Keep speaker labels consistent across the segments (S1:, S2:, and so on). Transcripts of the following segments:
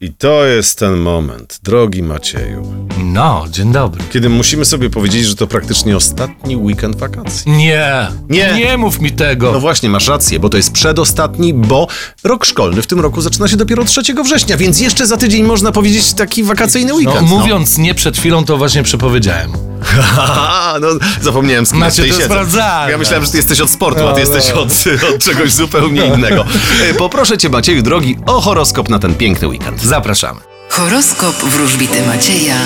S1: I to jest ten moment, drogi Macieju,
S2: No, dzień dobry.
S1: kiedy musimy sobie powiedzieć, że to praktycznie ostatni weekend wakacji.
S2: Nie,
S1: Nie.
S2: nie mów mi tego.
S1: No właśnie, masz rację, bo to jest przedostatni, bo rok szkolny w tym roku zaczyna się dopiero 3 września, więc jeszcze za tydzień można powiedzieć taki wakacyjny
S2: no,
S1: weekend.
S2: mówiąc nie przed chwilą, to właśnie przepowiedziałem.
S1: Aha, no zapomniałem z kim
S2: Macie
S1: ja
S2: to
S1: tutaj siedzę.
S2: sprawdzalne.
S1: Ja myślałem, że ty jesteś od sportu, a ty
S2: No,
S1: jesteś
S2: no.
S1: od, od czegoś zupełnie innego. E, Poproszę cię, Macieju, drogi, o horoskop na ten piękny weekend.
S2: Zapraszamy.
S3: Horoskop wróżbity Macieja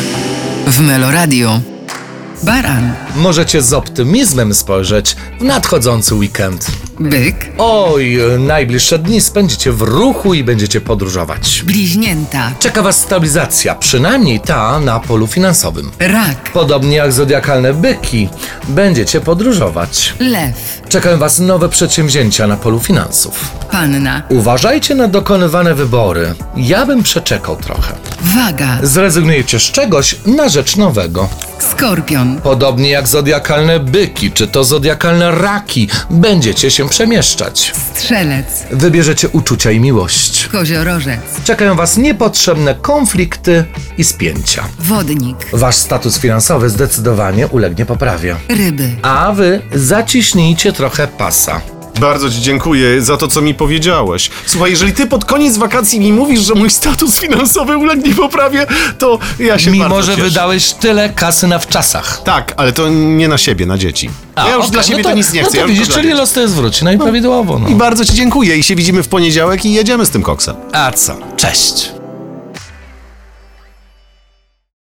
S3: w Meloradio. Baran,
S2: Możecie z optymizmem spojrzeć w nadchodzący weekend.
S3: byk,
S2: Oj, najbliższe dni spędzicie w ruchu i będziecie podróżować.
S3: bliźnięta,
S2: Czeka Was stabilizacja, przynajmniej ta na polu finansowym.
S3: rak,
S2: Podobnie jak zodiakalne byki, będziecie podróżować.
S3: lew,
S2: Czekają Was nowe przedsięwzięcia na polu finansów.
S3: panna,
S2: Uważajcie na dokonywane wybory. Ja bym przeczekał trochę.
S3: waga,
S2: Zrezygnujecie z czegoś na rzecz nowego.
S3: skorpion,
S2: Podobnie jak zodiakalne byki, czy to zodiakalne raki, będziecie się przemieszczać.
S3: strzelec,
S2: Wybierzecie uczucia i miłość.
S3: koziorożec,
S2: Czekają Was niepotrzebne konflikty i spięcia.
S3: wodnik,
S2: Wasz status finansowy zdecydowanie ulegnie poprawie.
S3: ryby.
S2: A Wy zaciśnijcie trochę pasa.
S1: Bardzo Ci dziękuję za to, co mi powiedziałeś. Słuchaj, jeżeli Ty pod koniec wakacji mi mówisz, że mój status finansowy ulegnie poprawie, to ja się
S2: Mimo,
S1: bardzo
S2: że
S1: cieszę.
S2: wydałeś tyle kasy na wczasach.
S1: Tak, ale to nie na siebie, na dzieci.
S2: A,
S1: ja już
S2: okej,
S1: dla siebie
S2: no
S1: to, nic nie
S2: no
S1: chcę.
S2: to
S1: ja już
S2: widzisz,
S1: to dla
S2: czyli
S1: dzieci.
S2: los to jest wróci, no i prawidłowo. No.
S1: I bardzo Ci dziękuję i się widzimy w poniedziałek i jedziemy z tym koksem.
S2: A co? Cześć.